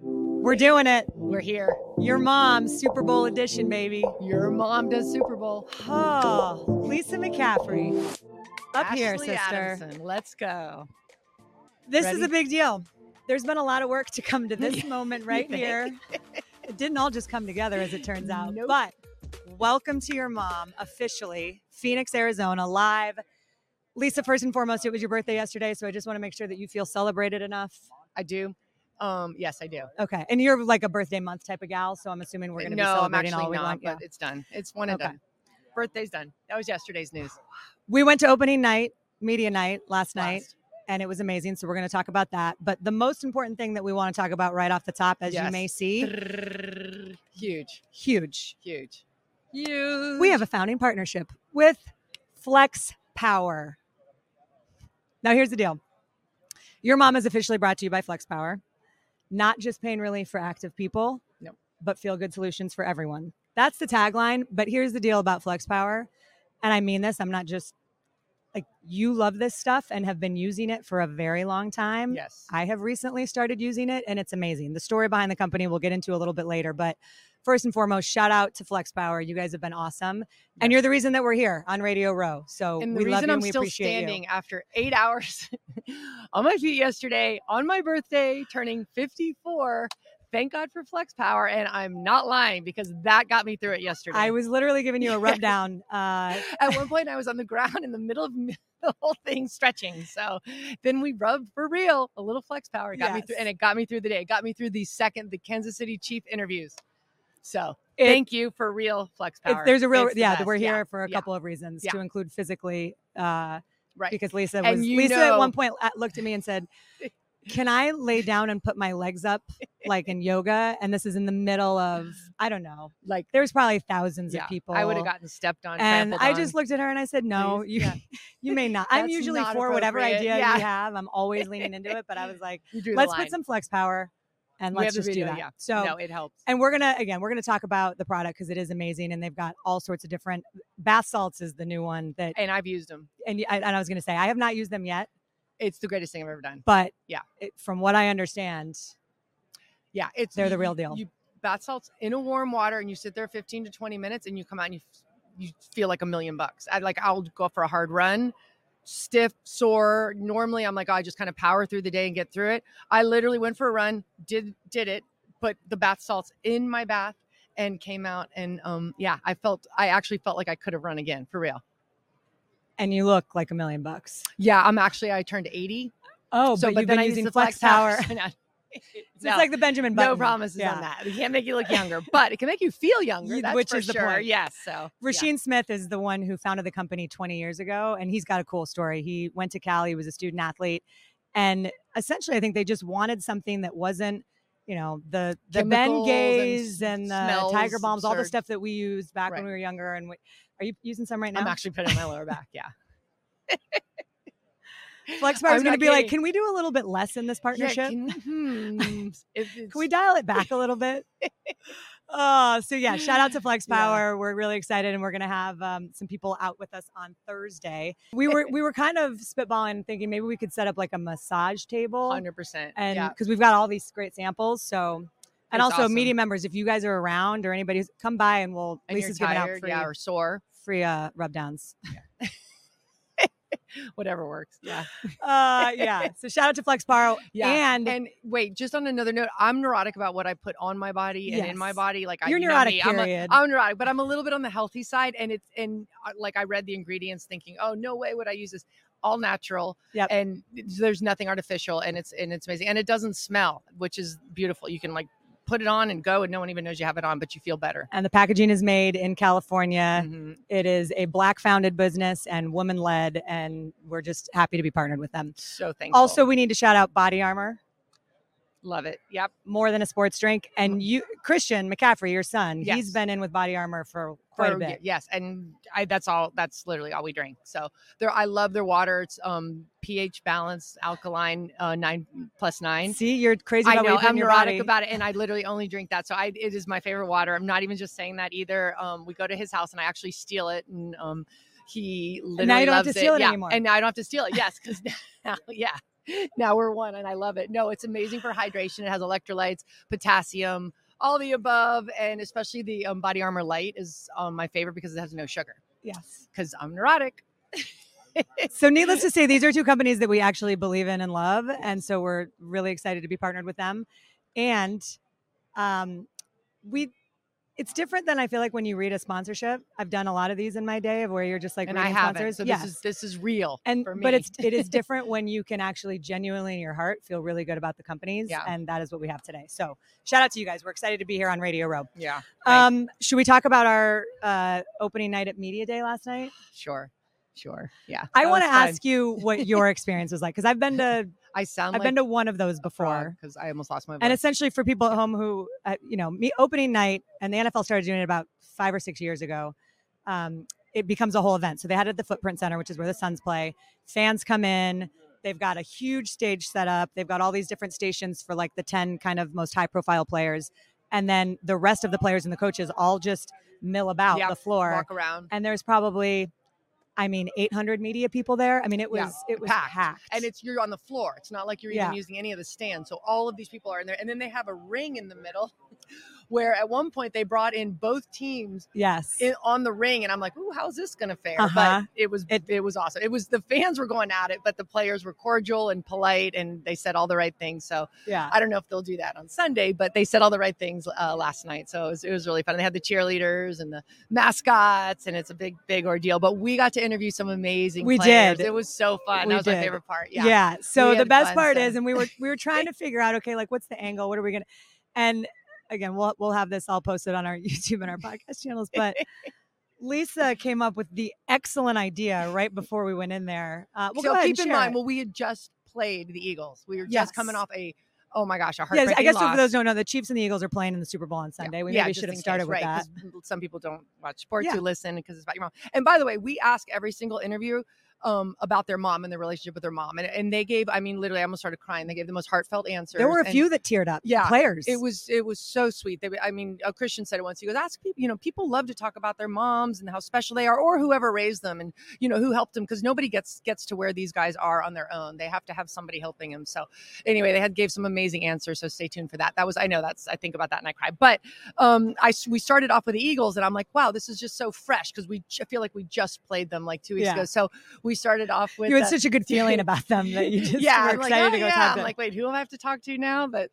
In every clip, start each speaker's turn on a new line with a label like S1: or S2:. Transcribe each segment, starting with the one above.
S1: We're doing it. We're here. Your mom, Super Bowl edition, baby.
S2: Your mom does Super Bowl.
S1: Oh, Lisa McCaffrey. Up here,
S2: Ashley
S1: sister.
S2: Adamson, Let's go.
S1: This is
S2: Ready?
S1: a big deal. There's been a lot of work to come to this moment right
S2: think?
S1: here. It didn't all just come together as it turns out.
S2: Nope.
S1: But welcome to your mom officially, Phoenix, Arizona, live. Lisa, first and foremost, it was your birthday yesterday, so I just want to make sure that you feel celebrated enough.
S2: I do. Um, yes, I do.
S1: Okay. And you're like a birthday month type of gal, so I'm assuming we're going to be
S2: no, I'm
S1: celebrating
S2: actually
S1: all we
S2: not,
S1: want.
S2: but it's done. It's one and
S1: Okay.
S2: done. Birthday's done. That was yesterday's news.
S1: We went to opening night, media night last night,
S2: Last.
S1: and it was amazing. So we're going to talk about that. But the most important thing that we want to talk about right off the top, as you
S2: Yes.
S1: may see,
S2: Huge,
S1: huge.
S2: huge, huge.
S1: We have a founding partnership with Flex Power. Now, here's the deal your mom is officially brought to you by Flex Power, not just pain relief for active people,
S2: No.
S1: but feel good solutions for everyone. That's the tagline. But here's the deal about Flex Power. And I mean this, I'm not just like, you love this stuff and have been using it for a very long time.
S2: yes.
S1: I have recently started using it and it's amazing. The story behind the company we'll get into a little bit later, but first and foremost, shout out to Flex Power. You guys have been awesome. And
S2: Yes.
S1: you're the reason that we're here on Radio Row. So
S2: And the
S1: we love
S2: reason
S1: you
S2: I'm
S1: and we
S2: still
S1: appreciate
S2: standing after eight hours on my feet yesterday on my birthday, turning 54. Thank God for Flex Power. And I'm not lying because that got me through it
S1: you.
S2: yesterday.
S1: I was literally giving you a rub down. Uh,
S2: At one point, I was on the ground in the middle of the whole thing stretching. So then we rubbed for real a little flex power. It got me through,
S1: Yes.
S2: and it got me through the day. It got me through the second, the Kansas City Chief interviews. So
S1: it-
S2: thank you for real flex
S1: it's-
S2: power.
S1: there's a real,
S2: It's the
S1: yeah, that we're
S2: best. Yeah,
S1: here for a
S2: yeah,
S1: couple of reasons
S2: yeah.
S1: to include physically, uh,
S2: right.
S1: because Lisa
S2: And
S1: was,
S2: you
S1: Lisa at one
S2: know-
S1: point at- looked at me and said, can I lay down and put my legs up like in yoga? And this is in the middle of, I don't know,
S2: like,
S1: there's probably thousands
S2: yeah,
S1: of people.
S2: I would have gotten stepped on.
S1: and
S2: trampled
S1: I just
S2: on.
S1: looked at her and I said, "No,
S2: Please,
S1: you,
S2: yeah.
S1: you may not." I'm
S2: That's
S1: usually
S2: not
S1: for whatever
S2: appropriate,
S1: idea
S2: yeah.
S1: you have. I'm always leaning into it, but I was like,
S2: You drew the
S1: "Let's put
S2: line.
S1: some flex power and
S2: We
S1: let's
S2: have
S1: just
S2: the
S1: do
S2: video,
S1: that."
S2: yeah.
S1: So,
S2: no, it helps.
S1: and we're gonna again, we're gonna talk about the product because it is amazing, and they've got all sorts of different bath salts is the new one that,
S2: And I've used them.
S1: and y- and I was gonna say I have not used them yet,
S2: It's the greatest thing I've ever done.
S1: but
S2: Yeah.
S1: it, from what I understand,
S2: Yeah, it's
S1: They're the
S2: you-
S1: real deal.
S2: You bath salts in a warm water, and you sit there 15 to 20 minutes, and you come out and you f- you feel like a million bucks. I like I'll go for a hard run, stiff, sore. Normally I'm like "Oh, I just kind of power through the day and get through it. I literally went for a run, did did it, put the bath salts in my bath, and came out and um yeah, I felt I actually felt like I could have run again for real.
S1: and you look like a million bucks.
S2: Yeah, I'm actually I turned 80.
S1: Oh, but, you've
S2: then
S1: been
S2: I used
S1: using
S2: the
S1: flex power.
S2: powers. I know.
S1: So It's like the Benjamin Button.
S2: no promises
S1: Yeah.
S2: on that. It can't make you look younger, but it can make you feel younger.
S1: You-
S2: That's
S1: which
S2: for
S1: is the
S2: sure.
S1: point.
S2: Yes. So yeah.
S1: Rasheen Smith is the one who founded the company 20 years ago, and he's got a cool story. He went to Cal, he was a student athlete, and essentially, I think they just wanted something that wasn't, you know, the the Ben
S2: Chemicals and
S1: Gaze
S2: s-
S1: and, the Tiger
S2: smells,
S1: Bombs, all the
S2: absurd.
S1: stuff that we used back when
S2: Right.
S1: we were younger. And we, are you using some right now?
S2: I'm actually putting my lower back. Yeah.
S1: FlexPower is
S2: I'm
S1: going to
S2: not
S1: be like,
S2: kidding.
S1: can we do a little bit less in this partnership? can,
S2: Yeah, can, hmm, s- if it's-
S1: we dial it back a little bit? Oh, so yeah, shout out to Flex
S2: Yeah.
S1: Power. We're really excited, and we're gonna have um, some people out with us on Thursday. We were we were kind of spitballing, thinking maybe we could set up like a massage table,
S2: 100%.
S1: and
S2: yeah.
S1: because we've got all these great samples. So, and
S2: It's
S1: also
S2: awesome.
S1: media members, if you guys are around or anybody, who's- come by and we'll
S2: And
S1: Lisa's
S2: you're
S1: giving out
S2: tired,
S1: free
S2: yeah, or sore,
S1: free uh, rub downs.
S2: whatever works. Yeah.
S1: Uh, yeah. So shout out to Flex Power.
S2: Yeah.
S1: and,
S2: And wait, just on another note, I'm neurotic about what I put on my body and in my
S1: Yes.
S2: body. Like I,
S1: you're
S2: you know
S1: neurotic.
S2: me, I'm a-
S1: period.
S2: I'm neurotic, but I'm a little bit on the healthy side, and it's and uh, like I read the ingredients, thinking, oh no way would I use this. All natural,
S1: Yep.
S2: and it's- there's nothing artificial, and it's and it's amazing, and it doesn't smell, which is beautiful. You can like put it on and go, and no one even knows you have it on, but you feel better.
S1: and the packaging is made in California.
S2: Mhm.
S1: It is a black founded business and woman led, and we're just happy to be partnered with them.
S2: So thankful.
S1: Also, we need to shout out Body Armor,
S2: love it. Yep.
S1: more than a sports drink. And you, Christian McCaffrey, your son, he's
S2: Mm-hmm. Yes.
S1: been in with Body Armor for quite a
S2: For-
S1: bit.
S2: Yes, and I, that's all. That's literally all we drink. So there, I love their water. It's um pH balanced, alkaline, uh, nine plus nine.
S1: See, you're crazy
S2: I
S1: about
S2: know
S1: what you put
S2: I'm
S1: in your
S2: neurotic
S1: body.
S2: about it, and I literally only drink that. So I, it is my favorite water. I'm not even just saying that either. Um, we go to his house, and I actually steal it, and um, he literally
S1: now you don't have
S2: loves
S1: to steal it
S2: Yeah,
S1: anymore.
S2: And now I don't have to steal it. Yes, because now, yeah, now we're one and I love it. No, it's amazing for hydration. It has electrolytes, potassium, all the above, and especially the um, Body Armor Light is um, my favorite because it has no sugar.
S1: Yes.
S2: Because I'm neurotic.
S1: So, needless to say, these are two companies that we actually believe in and love. And so, we're really excited to be partnered with them. And um, we, it's different than I feel like when you read a sponsorship. I've done a lot of these in my day of where you're just like,
S2: and I
S1: reading
S2: haven't.
S1: sponsors.
S2: So
S1: Yes.
S2: this is this is real.
S1: and
S2: for me.
S1: but it's it is different when you can actually genuinely in your heart feel really good about the companies
S2: Yeah.
S1: and that is what we have today so shout out to you guys we're excited to be here on radio row
S2: yeah. Thanks.
S1: um should we talk about our uh opening night at media day last night
S2: Sure. Sure. Yeah.
S1: i
S2: That
S1: want to
S2: was fun.
S1: ask you what your experience was like because i've been to
S2: I sound
S1: i've
S2: like
S1: been to one of those before
S2: because I almost lost my voice.
S1: and essentially for people at home who uh, you know me opening night and the nfl started doing it about five or six years ago um, it becomes a whole event so they had it at the footprint center which is where the suns play fans come in they've got a huge stage set up they've got all these different stations for like the 10 kind of most high profile players and then the rest of the players and the coaches all just mill about
S2: Yeah,
S1: the floor
S2: walk around.
S1: and there's probably i mean 800 media people there i mean it was
S2: Yeah,
S1: it was
S2: packed.
S1: packed,
S2: and it's you're on the floor. It's not like you're
S1: Yeah.
S2: even using any of the stands. So all of these people are in there, and then they have a ring in the middle, where at one point they brought in both teams
S1: yes
S2: in, on the ring, and I'm like, "Ooh, how's this gonna fare?"
S1: Uh-huh.
S2: But it was it,
S1: It-
S2: was awesome. It was the fans were going at it, but the players were cordial and polite, and they said all the right things. So
S1: yeah
S2: I don't know if they'll do that on Sunday, but they said all the right things uh, last night. So it was, it was really fun. They had the cheerleaders and the mascots, and it's a big, big ordeal. But we got to interview some amazing
S1: We
S2: players.
S1: did.
S2: It was so
S1: We
S2: fun. that was
S1: did.
S2: my favorite part.
S1: Yeah.
S2: Yeah.
S1: So
S2: We
S1: the
S2: had
S1: best
S2: fun,
S1: part
S2: so-
S1: is, and we were we were trying to figure out, okay, like what's the angle? What are we gonna? And again, we'll we'll have this all posted on our YouTube and our podcast channels. But Lisa came up with the excellent idea right before we went in there. Uh, well,
S2: so
S1: go ahead
S2: keep
S1: and
S2: in
S1: share
S2: mind,
S1: it.
S2: well, we had just played the Eagles. We were just
S1: Yes.
S2: coming off a, oh my gosh, a
S1: Yes,
S2: heartbreaking
S1: I guess
S2: loss.
S1: for those who don't know, the Chiefs and the Eagles are playing in the Super Bowl on Sunday. We maybe
S2: just
S1: should
S2: in
S1: have
S2: case,
S1: started with
S2: right,
S1: that.
S2: 'cause Some people don't watch sports
S1: Yeah.
S2: who listen because it's about your mom. And by the way, we ask every single interview um, about their mom and their relationship with their mom, and, and they gave. I mean, literally, I almost started crying. They gave the most heartfelt answers.
S1: There were a
S2: and
S1: few that teared up.
S2: Yeah,
S1: players.
S2: It was it was so sweet. They, I mean, a Christian said it once. He goes, ask people. You know, people love to talk about their moms and how special they are, or whoever raised them, and you know who helped them, because nobody gets gets to where these guys are on their own. They have to have somebody helping them. So anyway, they had gave some amazing answers. So stay tuned for that. That was I know that's I think about that and I cry. But um, I s- we started off with the Eagles, and I'm like, wow, this is just so fresh because we j- I feel like we just played them like two weeks
S1: Yeah.
S2: ago. So we started off with
S1: you had
S2: uh,
S1: such a good feeling about them that you just
S2: yeah,
S1: were
S2: I'm
S1: excited
S2: like, oh,
S1: to go
S2: yeah.
S1: talk to
S2: I'm
S1: them.
S2: like, wait, who am I have to talk to now? But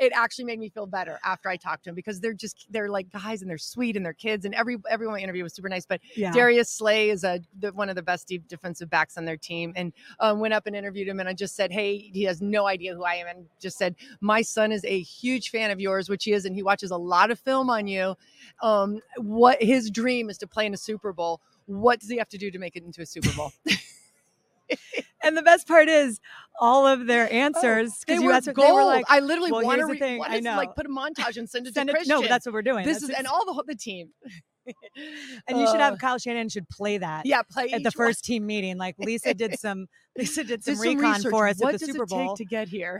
S2: it actually made me feel better after I talked to him because they're just they're like guys and they're sweet and they're kids and every everyone I interviewed was super nice. But
S1: yeah.
S2: Darius Slay is a the, one of the best deep defensive backs on their team, and um, went up and interviewed him. And I just said, "Hey, he has no idea who I am," and just said, "My son is a huge fan of yours, which he is, and he watches a lot of film on you. Um, what his dream is to play in a Super Bowl. What does he have to do to make it into a Super Bowl?"
S1: And the best part is all of their answers
S2: Oh, They
S1: because you
S2: were
S1: asked what
S2: gold.
S1: they were like.
S2: I literally
S1: well,
S2: want to
S1: here's the thing, I know.
S2: like put a montage and send it
S1: Send
S2: to
S1: it,
S2: Christian.
S1: no, but that's what we're doing.
S2: this
S1: That's
S2: is
S1: what-
S2: and all the whole- the team.
S1: And you should
S2: Uh,
S1: have Kyle Shannon should play that
S2: yeah play
S1: at the
S2: each one.
S1: first team meeting. Like Lisa did some Lisa did some
S2: Did
S1: recon
S2: research.
S1: for us
S2: what
S1: at the
S2: does
S1: Super
S2: it take
S1: Bowl.
S2: to get here.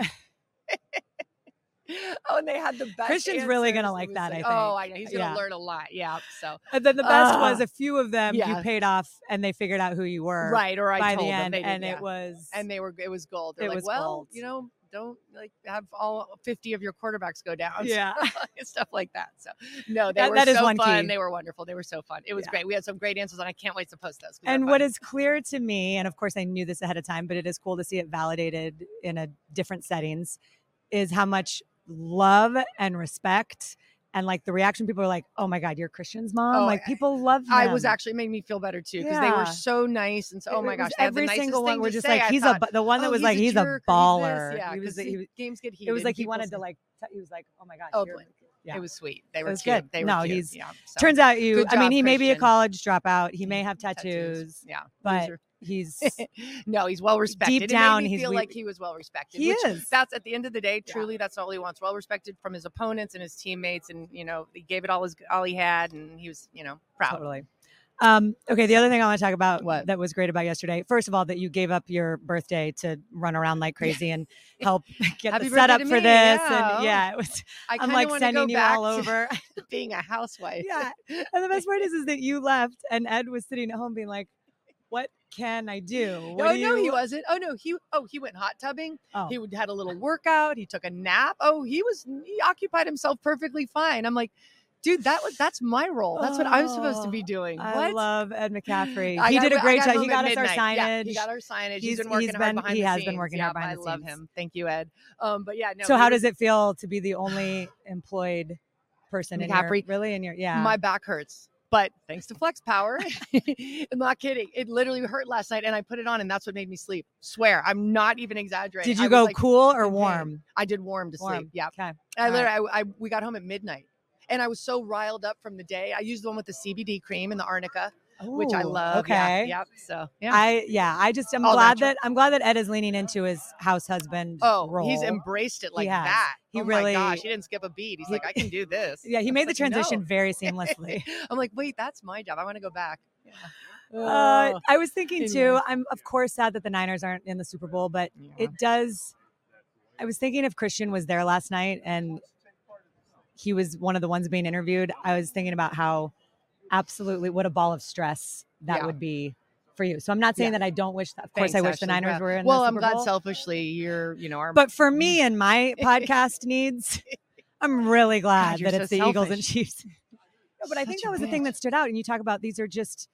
S2: oh, and they had the best.
S1: Christian's really gonna
S2: answers. It
S1: like
S2: was
S1: that, I
S2: Oh, I know he's gonna
S1: Yeah.
S2: learn a lot. Yeah. So
S1: And then the best was
S2: Ah.
S1: a few of them you
S2: Yeah.
S1: paid off and they figured out who you were
S2: right, or I
S1: by the
S2: told them
S1: end.
S2: they did,
S1: and
S2: yeah.
S1: it was
S2: and they were it was gold. They're
S1: It
S2: like,
S1: was
S2: well,
S1: gold.
S2: you know, don't like have all fifty of your quarterbacks go down.
S1: yeah.
S2: and stuff like that. So no, they
S1: That-
S2: were
S1: that is
S2: so
S1: one
S2: fun.
S1: key.
S2: They were wonderful. They were so fun. It was
S1: Yeah.
S2: great. We had some great answers, and I can't wait to post those. 'cause they're
S1: And what
S2: fun.
S1: is clear to me, and of course I knew this ahead of time, but it is cool to see it validated in a different settings, is how much love and respect and like the reaction people are like, "Oh my God, you're Christian's mom!"
S2: Oh,
S1: like
S2: I-
S1: people love.
S2: I was
S1: him.
S2: actually it made me feel better too because they
S1: Yeah.
S2: were so nice and so. Oh
S1: It
S2: my
S1: was
S2: gosh, they had the
S1: every
S2: nicest
S1: single
S2: thing
S1: one. We're
S2: to
S1: just
S2: say.
S1: like
S2: I
S1: he's
S2: thought,
S1: a bu- the one that
S2: "Oh,
S1: was like
S2: a
S1: he's a
S2: jerk, this,"
S1: baller.
S2: Yeah,
S1: he was,
S2: because
S1: he was-
S2: games get heated.
S1: it was like he
S2: people
S1: wanted
S2: say-
S1: to like t- he was like, "Oh my gosh,
S2: Oh,
S1: you're-
S2: but
S1: yeah.
S2: It was sweet. They
S1: It
S2: were
S1: was
S2: cute.
S1: good.
S2: They were
S1: No,
S2: cute.
S1: he's-
S2: yeah, so.
S1: Turns out you.
S2: Good
S1: I mean,
S2: job,
S1: he may be a
S2: Christian.
S1: college dropout. He may have tattoos,
S2: Tattoos. Yeah,
S1: but
S2: loser.
S1: he's
S2: no, he's well respected. It made
S1: down,
S2: me
S1: he's
S2: feel
S1: we-
S2: like he was well respected.
S1: he
S2: which
S1: is.
S2: that's at the end of the day
S1: Yeah.
S2: truly that's all he wants well respected from his opponents and his teammates and you know he gave it all his all he had and he was you know proud
S1: Totally. Um, okay, the other thing I want to talk about
S2: What?
S1: that was great about yesterday. First of all, that you gave up your birthday to run around like crazy and help get
S2: Happy
S1: the
S2: birthday
S1: setup
S2: to
S1: for
S2: me,
S1: this.
S2: yeah.
S1: And yeah, it was,
S2: i
S1: I'm
S2: kinda
S1: like
S2: wanna
S1: sending
S2: go
S1: you
S2: back
S1: all
S2: to
S1: over.
S2: being a housewife
S1: yeah. And the best part is, is that you left and Ed was sitting at home being like, "What can I do? What
S2: oh
S1: do
S2: no, he
S1: you-
S2: wasn't. Oh no, he oh he went hot tubbing.
S1: Oh.
S2: He would- had a little workout. He took a nap. Oh, he was he occupied himself perfectly fine. I'm like, dude, that was that's my role. That's what I'm supposed to
S1: Oh,
S2: be doing.
S1: I
S2: what?
S1: love Ed McCaffrey.
S2: I
S1: he
S2: gotta-
S1: did a
S2: I
S1: great
S2: gotta
S1: job. He
S2: move at
S1: got us our signage.
S2: midnight. Yeah, he got our signage. He's,
S1: He's-
S2: been working
S1: he's
S2: hard
S1: been-
S2: behind
S1: he
S2: the
S1: has
S2: scenes.
S1: been working
S2: yeah,
S1: hard behind
S2: I
S1: the
S2: love
S1: scenes.
S2: him. Thank you, Ed. Um, but yeah, no.
S1: so
S2: he
S1: how
S2: was-
S1: does it feel to be the only employed person in
S2: McCaffrey,
S1: your, really in your yeah
S2: my back hurts? But thanks to Flex Power, I'm not kidding. It literally hurt last night, and I put it on, and that's what made me sleep. Swear, I'm not even exaggerating.
S1: did
S2: I
S1: you
S2: was
S1: go
S2: like-
S1: cool or
S2: in pain.
S1: warm
S2: I did warm to
S1: warm
S2: sleep. Yeah,
S1: okay
S2: I
S1: All right.
S2: literally, I, I we got home at midnight, and I was so riled up from the day. I used the one with the CBD cream and the arnica, which I
S1: Ooh,
S2: love.
S1: okay
S2: Yeah, yep. So yeah.
S1: I yeah I just I'm
S2: All
S1: glad
S2: natural.
S1: that I'm glad that Ed is leaning into his house husband
S2: oh,
S1: role.
S2: he's embraced it like
S1: has.
S2: that.
S1: He
S2: oh my
S1: really-
S2: gosh, he didn't skip a beat. He's
S1: he-
S2: like, I can do this.
S1: yeah he
S2: I'm
S1: made the
S2: just like,
S1: transition
S2: "No."
S1: very seamlessly.
S2: I'm like, wait, that's my job. I want to go back. Yeah.
S1: uh,
S2: Oh,
S1: I was thinking too.
S2: anyway.
S1: I'm of course sad that the Niners aren't in the Super Bowl, but
S2: yeah.
S1: it does i was thinking if christian was there last night and he was one of the ones being interviewed i was thinking about how absolutely what a ball of stress that
S2: Yeah.
S1: would be for you so i'm not saying that i don't wish that of course
S2: Thanks,
S1: i wish
S2: Ashley.
S1: the niners
S2: Yeah.
S1: were in
S2: Well,
S1: the
S2: I'm
S1: Super
S2: glad
S1: Bowl.
S2: selfishly you're, you know, our
S1: but for me and my podcast needs i'm really glad
S2: you're
S1: that it's
S2: so
S1: the eagles and
S2: selfish.
S1: chiefs No, but i think
S2: Such a
S1: that was the thing
S2: bitch.
S1: that stood out and you talk about these are just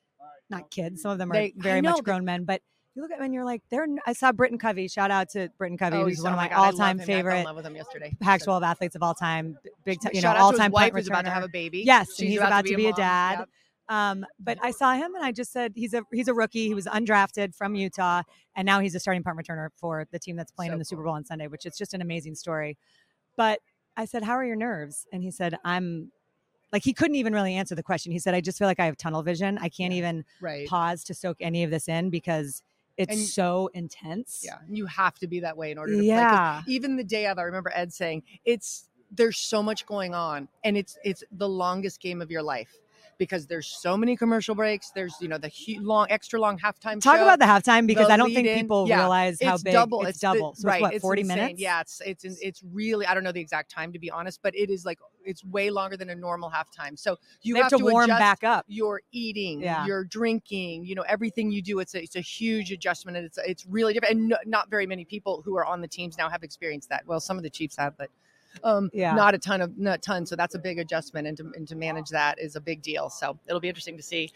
S1: not kids some of them are
S2: They- I
S1: very
S2: know,
S1: much
S2: they-
S1: grown men but you look at them and you're like they're n- i saw britton covey shout out to britton covey
S2: oh,
S1: who's
S2: he's-
S1: one
S2: oh
S1: of my
S2: God, I love
S1: all-time
S2: him. I fell in
S1: favorite
S2: love with him yesterday.
S1: Pac
S2: So-
S1: 12 athletes of all time, b- big time, you know,
S2: Shout out
S1: all
S2: to his
S1: time
S2: wife
S1: point
S2: who's about to have
S1: returner.
S2: a baby.
S1: Yes, and
S2: She's
S1: he's about to be a
S2: mom.
S1: dad.
S2: Yep.
S1: Um, but I saw him and I just said he's a he's a rookie. He was undrafted from Utah, and now he's a starting punt returner for the team that's playing
S2: So
S1: in the Super Bowl on Sunday, which is just an amazing story. But I said, "How are your nerves?" And he said, "I'm." Like he couldn't even really answer the question. He said, "I just feel like I have tunnel vision. I can't
S2: Yeah.
S1: even
S2: Right.
S1: pause to soak any of this in because it's
S2: And-
S1: so intense."
S2: Yeah. You have to be that way in order to play. 'cause
S1: yeah.
S2: even the day of, I remember Ed saying, "It's there's so much going on, and it's it's the longest game of your life because there's so many commercial breaks. There's you know the hu long, extra long halftime.
S1: Talk
S2: show.
S1: about the halftime because
S2: the
S1: I don't think
S2: lead-in.
S1: people
S2: Yeah,
S1: realize how
S2: it's
S1: big
S2: double.
S1: it's,
S2: the-
S1: double. so
S2: right,
S1: it's what forty
S2: insane.
S1: minutes?
S2: Yeah, it's it's in- it's really I don't know the exact time to be honest, but it is like it's way longer than a normal halftime. So you
S1: you have, to, warm
S2: adjust
S1: back up.
S2: your eating,
S1: Yeah.
S2: your drinking, you know, everything you do, it's a, it's a huge adjustment. And it's, it's really different. And no, not very many people who are on the teams now have experienced that. Well, some of the Chiefs have, but um,
S1: Yeah.
S2: not a ton of, not a ton. So that's a big adjustment. And to, and to manage that is a big deal. So it'll be interesting to see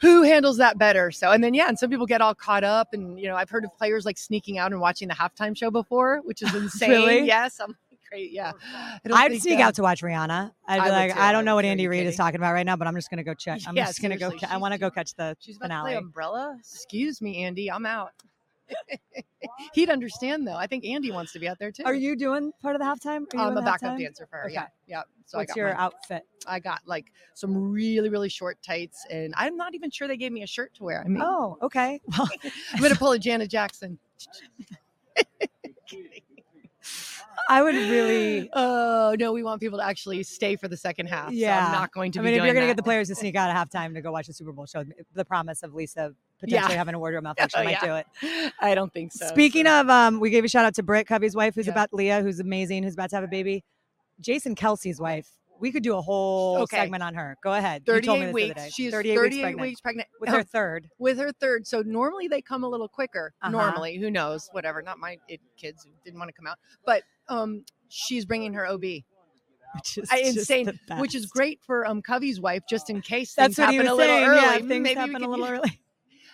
S2: who handles that better. So, and then, yeah, and some people get all caught up and, you know, I've heard of players like sneaking out and watching the halftime show before, which is insane.
S1: Really? Oh,
S2: Yes. I'm great. Yeah. I don't
S1: I'd
S2: think,
S1: sneak
S2: uh,
S1: out to watch Rihanna. I'd
S2: I
S1: be
S2: would
S1: like,
S2: too.
S1: I
S2: I
S1: don't know
S2: would
S1: what
S2: too. Are
S1: Andy
S2: you
S1: Reid is
S2: kidding?
S1: talking about right now, but I'm just gonna go check. I'm
S2: Yeah,
S1: just gonna go.
S2: seriously,
S1: ca- I
S2: she's
S1: want to go
S2: doing-
S1: catch the.
S2: She's about to play
S1: finale.
S2: Umbrella. Excuse me, Andy. I'm out. He'd understand though. I think Andy wants to be out there too.
S1: Are you doing part of the halftime? Are you in
S2: I'm
S1: the
S2: a backup
S1: halftime?
S2: dancer for her.
S1: Okay.
S2: Yeah, yeah. So I
S1: What's
S2: got
S1: your
S2: mine.
S1: outfit?
S2: I got like some really really short tights, and I'm not even sure they gave me a shirt to wear. I mean,
S1: Oh, okay. Well,
S2: I'm gonna pull a Janet Jackson.
S1: I would really.
S2: Oh no, we want people to actually stay for the second half. so
S1: Yeah.
S2: I'm not going to
S1: I
S2: be.
S1: mean, if you're
S2: doing
S1: gonna get the
S2: that.
S1: players to sneak out at halftime to go watch the Super Bowl show, the promise of Lisa potentially having a wardrobe malfunction
S2: Oh,
S1: might
S2: yeah.
S1: do it.
S2: I don't think so.
S1: Speaking of, um, we gave a shout out to Britt Covey's wife, who's
S2: Yeah.
S1: about Leah, who's amazing, who's about to have a baby. Jason Kelsey's wife. We could do a whole
S2: Okay.
S1: segment on her. Go ahead. You told me this the other
S2: 38 weeks.
S1: day.
S2: She is
S1: 38,
S2: 38,
S1: weeks pregnant
S2: weeks pregnant. Oh,
S1: with her third.
S2: with her third. So normally they come a little quicker.
S1: Uh-huh.
S2: Normally, who knows? Whatever. Not my it, kids who didn't want to come out, but um, she's bringing her OB,
S1: Which is
S2: I-
S1: just
S2: insane,
S1: the
S2: which is
S1: best.
S2: great for um Covey's wife, just in case
S1: That's
S2: things
S1: what
S2: happen
S1: he was
S2: a little
S1: saying.
S2: early.
S1: Yeah,
S2: Mm,
S1: things
S2: Maybe we
S1: happen a
S2: could-
S1: little early.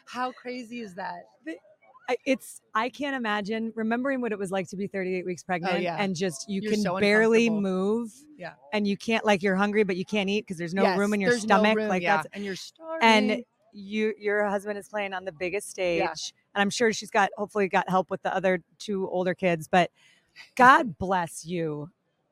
S2: How crazy is that?
S1: I- It's I can't imagine remembering what it was like to be 38 weeks pregnant
S2: Oh, yeah.
S1: and just you
S2: You're
S1: can
S2: so
S1: barely
S2: uncomfortable.
S1: move.
S2: Yeah.
S1: And you can't like you're hungry but you can't eat because there's no
S2: Yes,
S1: room in your
S2: there's no
S1: stomach.
S2: room,
S1: like
S2: yeah,
S1: that's
S2: and you're starving.
S1: and you your husband is playing on the biggest stage
S2: Yeah.
S1: and i'm sure she's got hopefully got help with the other two older kids but god bless you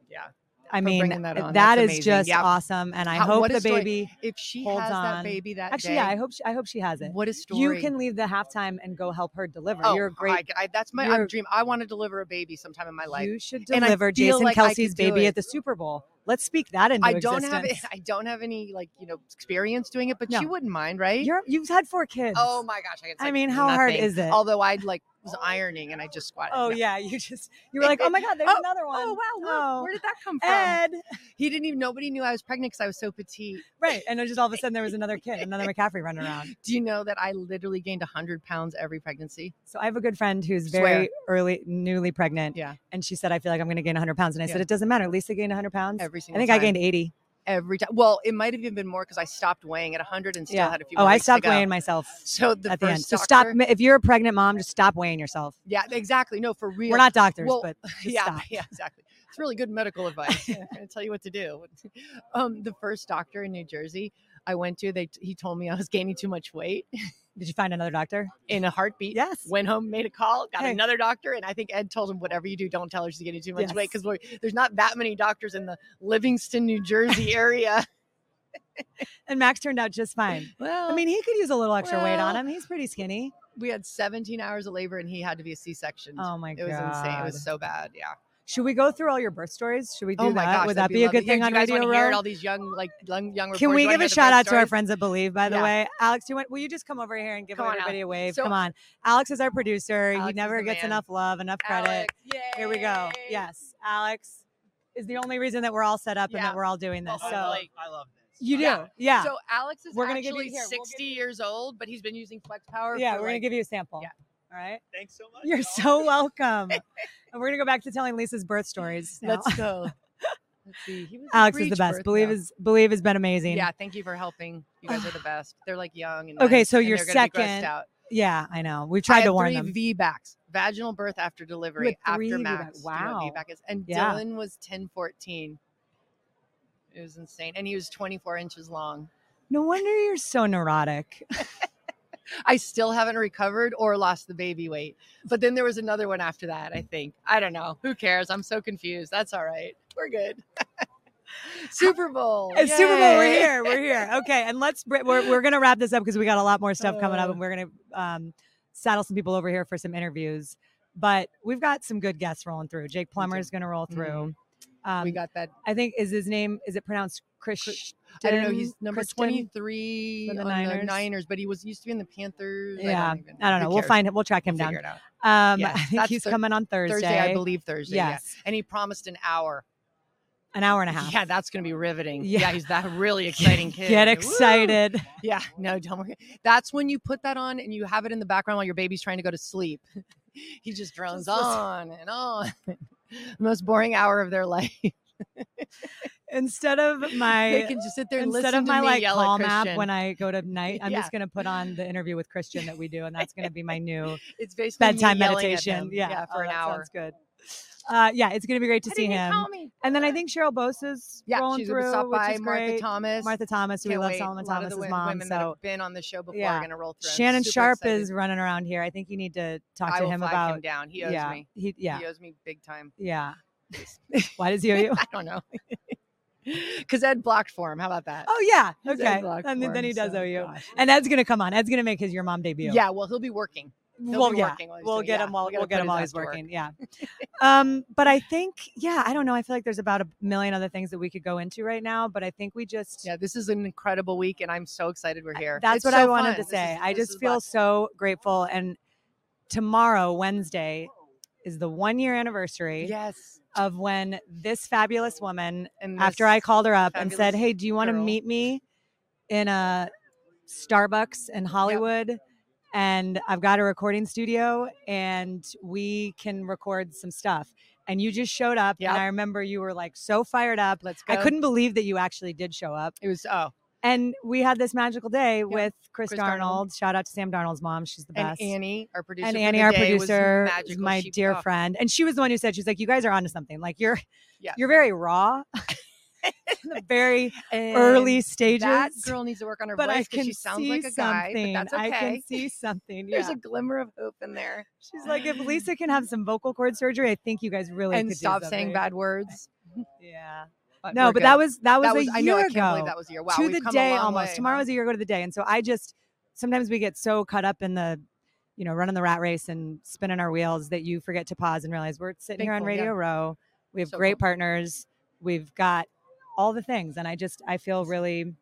S2: yeah,
S1: i
S2: For
S1: mean
S2: bringing that on.
S1: that
S2: That's
S1: is
S2: amazing.
S1: just
S2: Yeah.
S1: awesome and i
S2: How-
S1: hope
S2: what a
S1: the
S2: story.
S1: baby
S2: if she
S1: holds
S2: has
S1: on.
S2: that baby that
S1: actually
S2: day,
S1: yeah i hope she, i hope she has it
S2: what a story.
S1: you can leave the halftime and go help her deliver
S2: Oh,
S1: you're a great
S2: I, I, that's my
S1: you're-
S2: I'm dream. I want to deliver a baby sometime in my life.
S1: you should
S2: And I
S1: deliver
S2: feel
S1: jason
S2: like I could
S1: kelsey's
S2: do
S1: baby
S2: it.
S1: at the super bowl let's speak that into
S2: I don't have
S1: existence.
S2: it. I don't have any like you know experience doing it, but
S1: No.
S2: you wouldn't mind, right?
S1: You're, you've had four kids
S2: oh my gosh! I, it's
S1: i
S2: like
S1: mean how hard
S2: nothing. Oh
S1: is it
S2: Although I'd like was ironing and I just squatted.
S1: Oh
S2: No.
S1: yeah, you just you were like, oh my god, there's another one.
S2: Oh wow, look,
S1: Oh.
S2: where did that come from?
S1: Ed,
S2: He didn't even nobody knew I was pregnant because I was so petite.
S1: right? And then just all of a sudden there was another kid, another McCaffrey running around.
S2: Do you know that I literally gained hundred pounds every pregnancy?
S1: So I have a good friend who's
S2: Swear.
S1: very early, newly pregnant.
S2: Yeah.
S1: And she said, I feel like I'm going to gain 100 pounds. And I
S2: Yeah.
S1: said, it doesn't matter. Lisa gained 100 pounds.
S2: Every
S1: I
S2: single
S1: think I
S2: time.
S1: gained 80.
S2: every time. Well, it might have even been more because I stopped weighing at hundred and still
S1: Yeah.
S2: had a few.
S1: Oh,
S2: more
S1: I
S2: weeks to
S1: stopped
S2: go.
S1: weighing myself
S2: So the
S1: at
S2: first
S1: the end. So
S2: doctor-
S1: stop. If you're a pregnant mom, just stop weighing yourself.
S2: Yeah, exactly. No, for real.
S1: We're not doctors,
S2: Well,
S1: but just
S2: yeah,
S1: stop.
S2: yeah, exactly. It's really good medical advice. I'm gonna tell you what to do. Um, the first doctor in New Jersey I went to, they he told me I was gaining too much weight
S1: Did you find another doctor?
S2: in a heartbeat.
S1: Yes.
S2: Went home, made a call, got
S1: Hey.
S2: another doctor, and I think Ed told him, "Whatever you do, don't tell her she's getting too much weight
S1: Yes.
S2: because there's not that many doctors in the Livingston, New Jersey area."
S1: And Max turned out just fine.
S2: well,
S1: I mean, he could use a little extra weight on
S2: Well-
S1: him. He's pretty skinny.
S2: we had 17 hours of labor, and he had to be a C-section.
S1: Oh my
S2: it was
S1: god,
S2: insane. It was so bad. Yeah.
S1: Should we go through all your birth stories? Should we do
S2: oh
S1: that?
S2: my gosh,
S1: Would that
S2: that'd
S1: be a
S2: lovely.
S1: good
S2: Yeah,
S1: thing
S2: do
S1: on
S2: you guys
S1: Radio
S2: wanna hear it?
S1: Row?
S2: All these young, like young, young.
S1: Can
S2: reporters.
S1: we
S2: You wanna
S1: give
S2: hear
S1: a
S2: the
S1: shout out
S2: best
S1: to our
S2: stories?
S1: friends at Believe, by the
S2: Yeah.
S1: way? Alex, do you want, will you just come over here and give
S2: Come on,
S1: everybody a wave?
S2: So-
S1: come on. Alex is our producer.
S2: Alex
S1: he
S2: is
S1: never
S2: the
S1: gets
S2: man.
S1: enough love, enough credit.
S2: Alex,
S1: Here we go.
S2: yay.
S1: Yes. Alex is the only reason that we're all set up and
S2: Yeah.
S1: that we're all doing
S2: Well,
S1: this.
S2: I
S1: so
S2: like-
S3: I love this.
S1: you do. Yeah.
S2: Oh, Yeah.
S1: Yeah,
S2: So Alex is
S1: We're gonna give you-
S2: actually
S1: here, we'll give
S2: 60 years old, but he's been using Flex Power. for
S1: we're going to
S2: like,
S1: give you a sample.
S2: Yeah.
S1: All right.
S3: Thanks so much.
S1: You're
S3: y'all.
S1: so welcome. and we're going to go back to telling Lisa's birth stories. now.
S2: Let's go. Let's see. He was a
S1: Alex is the
S2: breech
S1: best.
S2: birth,
S1: Believe
S2: though.
S1: is Believe has been amazing.
S2: Yeah, thank you for helping. You guys are the best. They're like young and
S1: Okay,
S2: nice,
S1: so
S2: and
S1: your
S2: they're gonna be grossed
S1: second
S2: out.
S1: Yeah, I know. We've
S2: I
S1: tried
S2: had
S1: to warn
S2: three
S1: them.
S2: VBACs, vaginal birth after delivery,
S1: had three
S2: after
S1: VBAC.
S2: max. Do you know what
S1: Wow.
S2: VBAC is? And
S1: Yeah.
S2: Dylan was 10, 14. It was insane, and he was 24 inches long.
S1: No wonder you're so neurotic.
S2: I still haven't recovered or lost the baby weight. But then there was another one after that, I think. I don't know. Who cares? I'm so confused. That's all right. We're good. Super Bowl.
S1: It's Super Bowl. We're
S2: Yay.
S1: here. We're here. Okay, and let's br- we're we're gonna wrap this up because we got a lot more stuff coming up,
S2: Uh.
S1: and we're gonna um, saddle some people over here for some interviews. But we've got some good guests rolling through. Jake Plummer is gonna roll through. Um,
S2: Mm-hmm. we got that.
S1: I think is his name. Is it pronounced Chris?
S2: I don't know. He's number
S1: Kristen?
S2: 23
S1: for the
S2: on
S1: Niners?
S2: the Niners, but he was used to be in the Panthers.
S1: Yeah,
S2: I don't, even,
S1: I don't
S2: who
S1: know. We'll
S2: cares?
S1: find him. We'll track him
S2: We'll
S1: down.
S2: figure it out.
S1: Um,
S2: Yes,
S1: I think
S2: that's
S1: he's
S2: Thur-
S1: coming on Thursday.
S2: Thursday, I believe Thursday. yeah.
S1: Yes,
S2: And he promised an hour.
S1: an hour and a half.
S2: Yeah, that's going to be riveting.
S1: Yeah.
S2: Yeah. he's that really exciting kid.
S1: Get
S2: Woo!
S1: excited.
S2: Yeah, no, don't worry. That's when you put that on and you have it in the background while your baby's trying to go to sleep. he just drones
S1: listen.
S2: on and on. Most boring hour of their life.
S1: Instead of my
S2: they can just sit there and
S1: instead
S2: listen
S1: of
S2: to
S1: my
S2: me
S1: like
S2: yell
S1: calm
S2: at
S1: app
S2: Christian.
S1: when I go to night, I'm
S2: Yeah.
S1: just gonna put on the interview with Christian that we do, and that's gonna be my new
S2: it's basically me
S1: bedtime
S2: yelling at
S1: meditation.
S2: them,
S1: Yeah,
S2: for
S1: Oh,
S2: an
S1: that
S2: hour.
S1: Sounds good. Uh, yeah, it's gonna be great to
S2: Why
S1: see
S2: didn't you
S1: him.
S2: call me?
S1: And then I think Cheryl Bose is
S2: yeah,
S1: rolling
S2: she's
S1: through,
S2: gonna stop
S1: which
S2: by
S1: is
S2: Martha
S1: great.
S2: Thomas.
S1: Martha Thomas, who we
S2: Can't
S1: love
S2: wait.
S1: Solomon
S2: A lot of the
S1: Thomas's
S2: wom-
S1: mom.
S2: women that
S1: So
S2: have been on the show before
S1: yeah.
S2: are gonna roll through. I'm
S1: Shannon
S2: super
S1: Sharp
S2: excited.
S1: is running around here. I think you need to talk
S2: I
S1: to
S2: will
S1: him
S2: flag
S1: about.
S2: him down. He owes
S1: yeah,
S2: me.
S1: he yeah
S2: He owes me big time.
S1: yeah. Why does he owe you?
S2: I don't know. Because Ed blocked for him. How about that?
S1: Oh yeah,
S2: He's Ed
S1: okay.
S2: blocked
S1: And
S2: for
S1: then, then
S2: him,
S1: he does
S2: so,
S1: owe you.
S2: gosh.
S1: And Ed's gonna come on. Ed's gonna make his your mom debut.
S2: Yeah, well, he'll be working. He'll
S1: well,
S2: be
S1: yeah,
S2: working while he's
S1: we'll
S2: doing-
S1: get
S2: yeah,
S1: him while
S2: we
S1: we'll,
S2: gotta
S1: get
S2: put
S1: him
S2: his
S1: while
S2: ass
S1: he's
S2: to work.
S1: working. Yeah. um, but I think, yeah, I don't know. I feel like there's about a million other things that we could go into right now, but I think we just
S2: Yeah, this is an incredible week, and I'm so excited we're here.
S1: that's
S2: It's
S1: what
S2: so
S1: I wanted
S2: fun.
S1: to
S2: This
S1: say.
S2: is-
S1: I
S2: this
S1: just
S2: is
S1: feel
S2: lots.
S1: so grateful. And tomorrow, Wednesday, is the one year anniversary
S2: yes.
S1: of when this fabulous woman,
S2: And
S1: after
S2: this-
S1: I called her up and said,
S2: fabulous
S1: Hey, do you want to
S2: girl.
S1: meet me in a Starbucks in Hollywood? And I've got a recording studio and we can record some stuff. And you just showed up.
S2: Yep.
S1: And I remember you were like so fired up.
S2: let's go.
S1: I couldn't believe that you actually did show up.
S2: It was oh,
S1: And we had this magical day with Chris,
S2: Chris
S1: Darnold.
S2: Darnold.
S1: Shout out to Sam Darnold's mom. She's the
S2: and
S1: best.
S2: Annie, our producer,
S1: And
S2: for
S1: Annie,
S2: the
S1: our
S2: day, was
S1: producer, is
S2: magical.
S1: my
S2: She-
S1: dear
S2: oh,
S1: friend, and she was the one who said she's like, "You guys are onto something. Like you're,
S2: Yeah.
S1: you're very raw, in the very early
S2: and
S1: stages."
S2: That girl needs to work on her
S1: but I
S2: voice because
S1: can
S2: she sounds
S1: see
S2: like a guy.
S1: something.
S2: But that's
S1: I
S2: okay.
S1: can see something.
S2: There's
S1: yeah.
S2: a glimmer of hope in there.
S1: she's like, if Lisa can have some vocal cord surgery, I think you guys really
S2: and
S1: could do
S2: stop saying
S1: something."
S2: bad words.
S1: Yeah.
S2: But
S1: No,
S2: we're
S1: but that
S2: good.
S1: was that was
S2: that was
S1: a
S2: I
S1: year
S2: know, I
S1: ago.
S2: can't believe that was a year. Wow,
S1: to
S2: we've
S1: the
S2: come a
S1: day
S2: long
S1: almost.
S2: way,
S1: Tomorrow's
S2: huh?
S1: a year ago to the day. And so I just sometimes we get so caught up in the, you know, running the rat race and spinning our wheels that you forget to pause and realize we're sitting here on
S2: Thankful, yeah.
S1: Radio Row. We have
S2: So
S1: great
S2: cool.
S1: partners. We've got all the things. And I just I feel really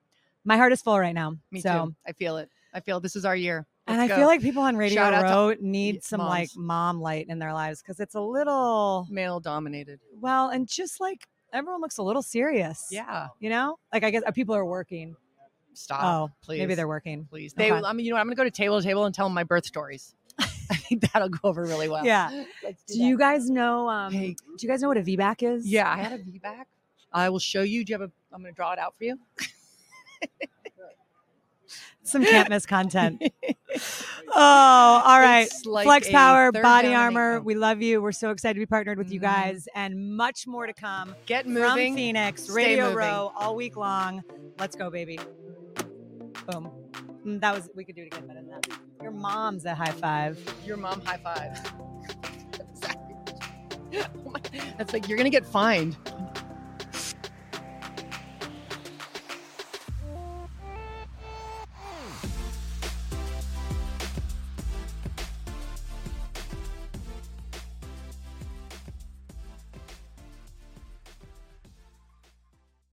S1: my heart is full right now.
S2: Me
S1: so
S2: too. I feel it. I feel this is our year.
S1: and I
S2: Let's
S1: feel
S2: go.
S1: like people on Radio
S2: Shout out
S1: Row
S2: to
S1: need some like
S2: moms.
S1: mom light in their lives because it's a little
S2: male dominated.
S1: well, and just like everyone looks a little serious.
S2: Yeah.
S1: You know, like I guess uh, people are working.
S2: Oh, Stop.
S1: oh,
S2: please.
S1: maybe they're working.
S2: please. They.
S1: Okay.
S2: I mean, you know, what? I'm gonna go to table to table and tell them my birth stories. I think that'll go over really well.
S1: Yeah.
S2: Let's do,
S1: Do you guys know? Um,
S2: that. Hey,
S1: do you guys know what a VBAC is?
S2: yeah, I had a V back. I will show you. Do you have a? I'm gonna draw it out for you.
S1: some can't miss content. oh, all right.
S2: It's like
S1: Flex
S2: a
S1: Power,
S2: third
S1: Body
S2: down and eight.
S1: Armor.
S2: Oh,
S1: We love you. We're so excited to be partnered with you
S2: Mhm.
S1: guys, and much more to come
S2: Get
S1: from
S2: moving.
S1: Phoenix,
S2: Stay
S1: Radio
S2: moving.
S1: Row, all week long. Let's go, baby. Boom. Mm, That was we could do it again better than that. Your mom's a high five.
S2: Your mom high five. That's Oh like you're gonna get fined.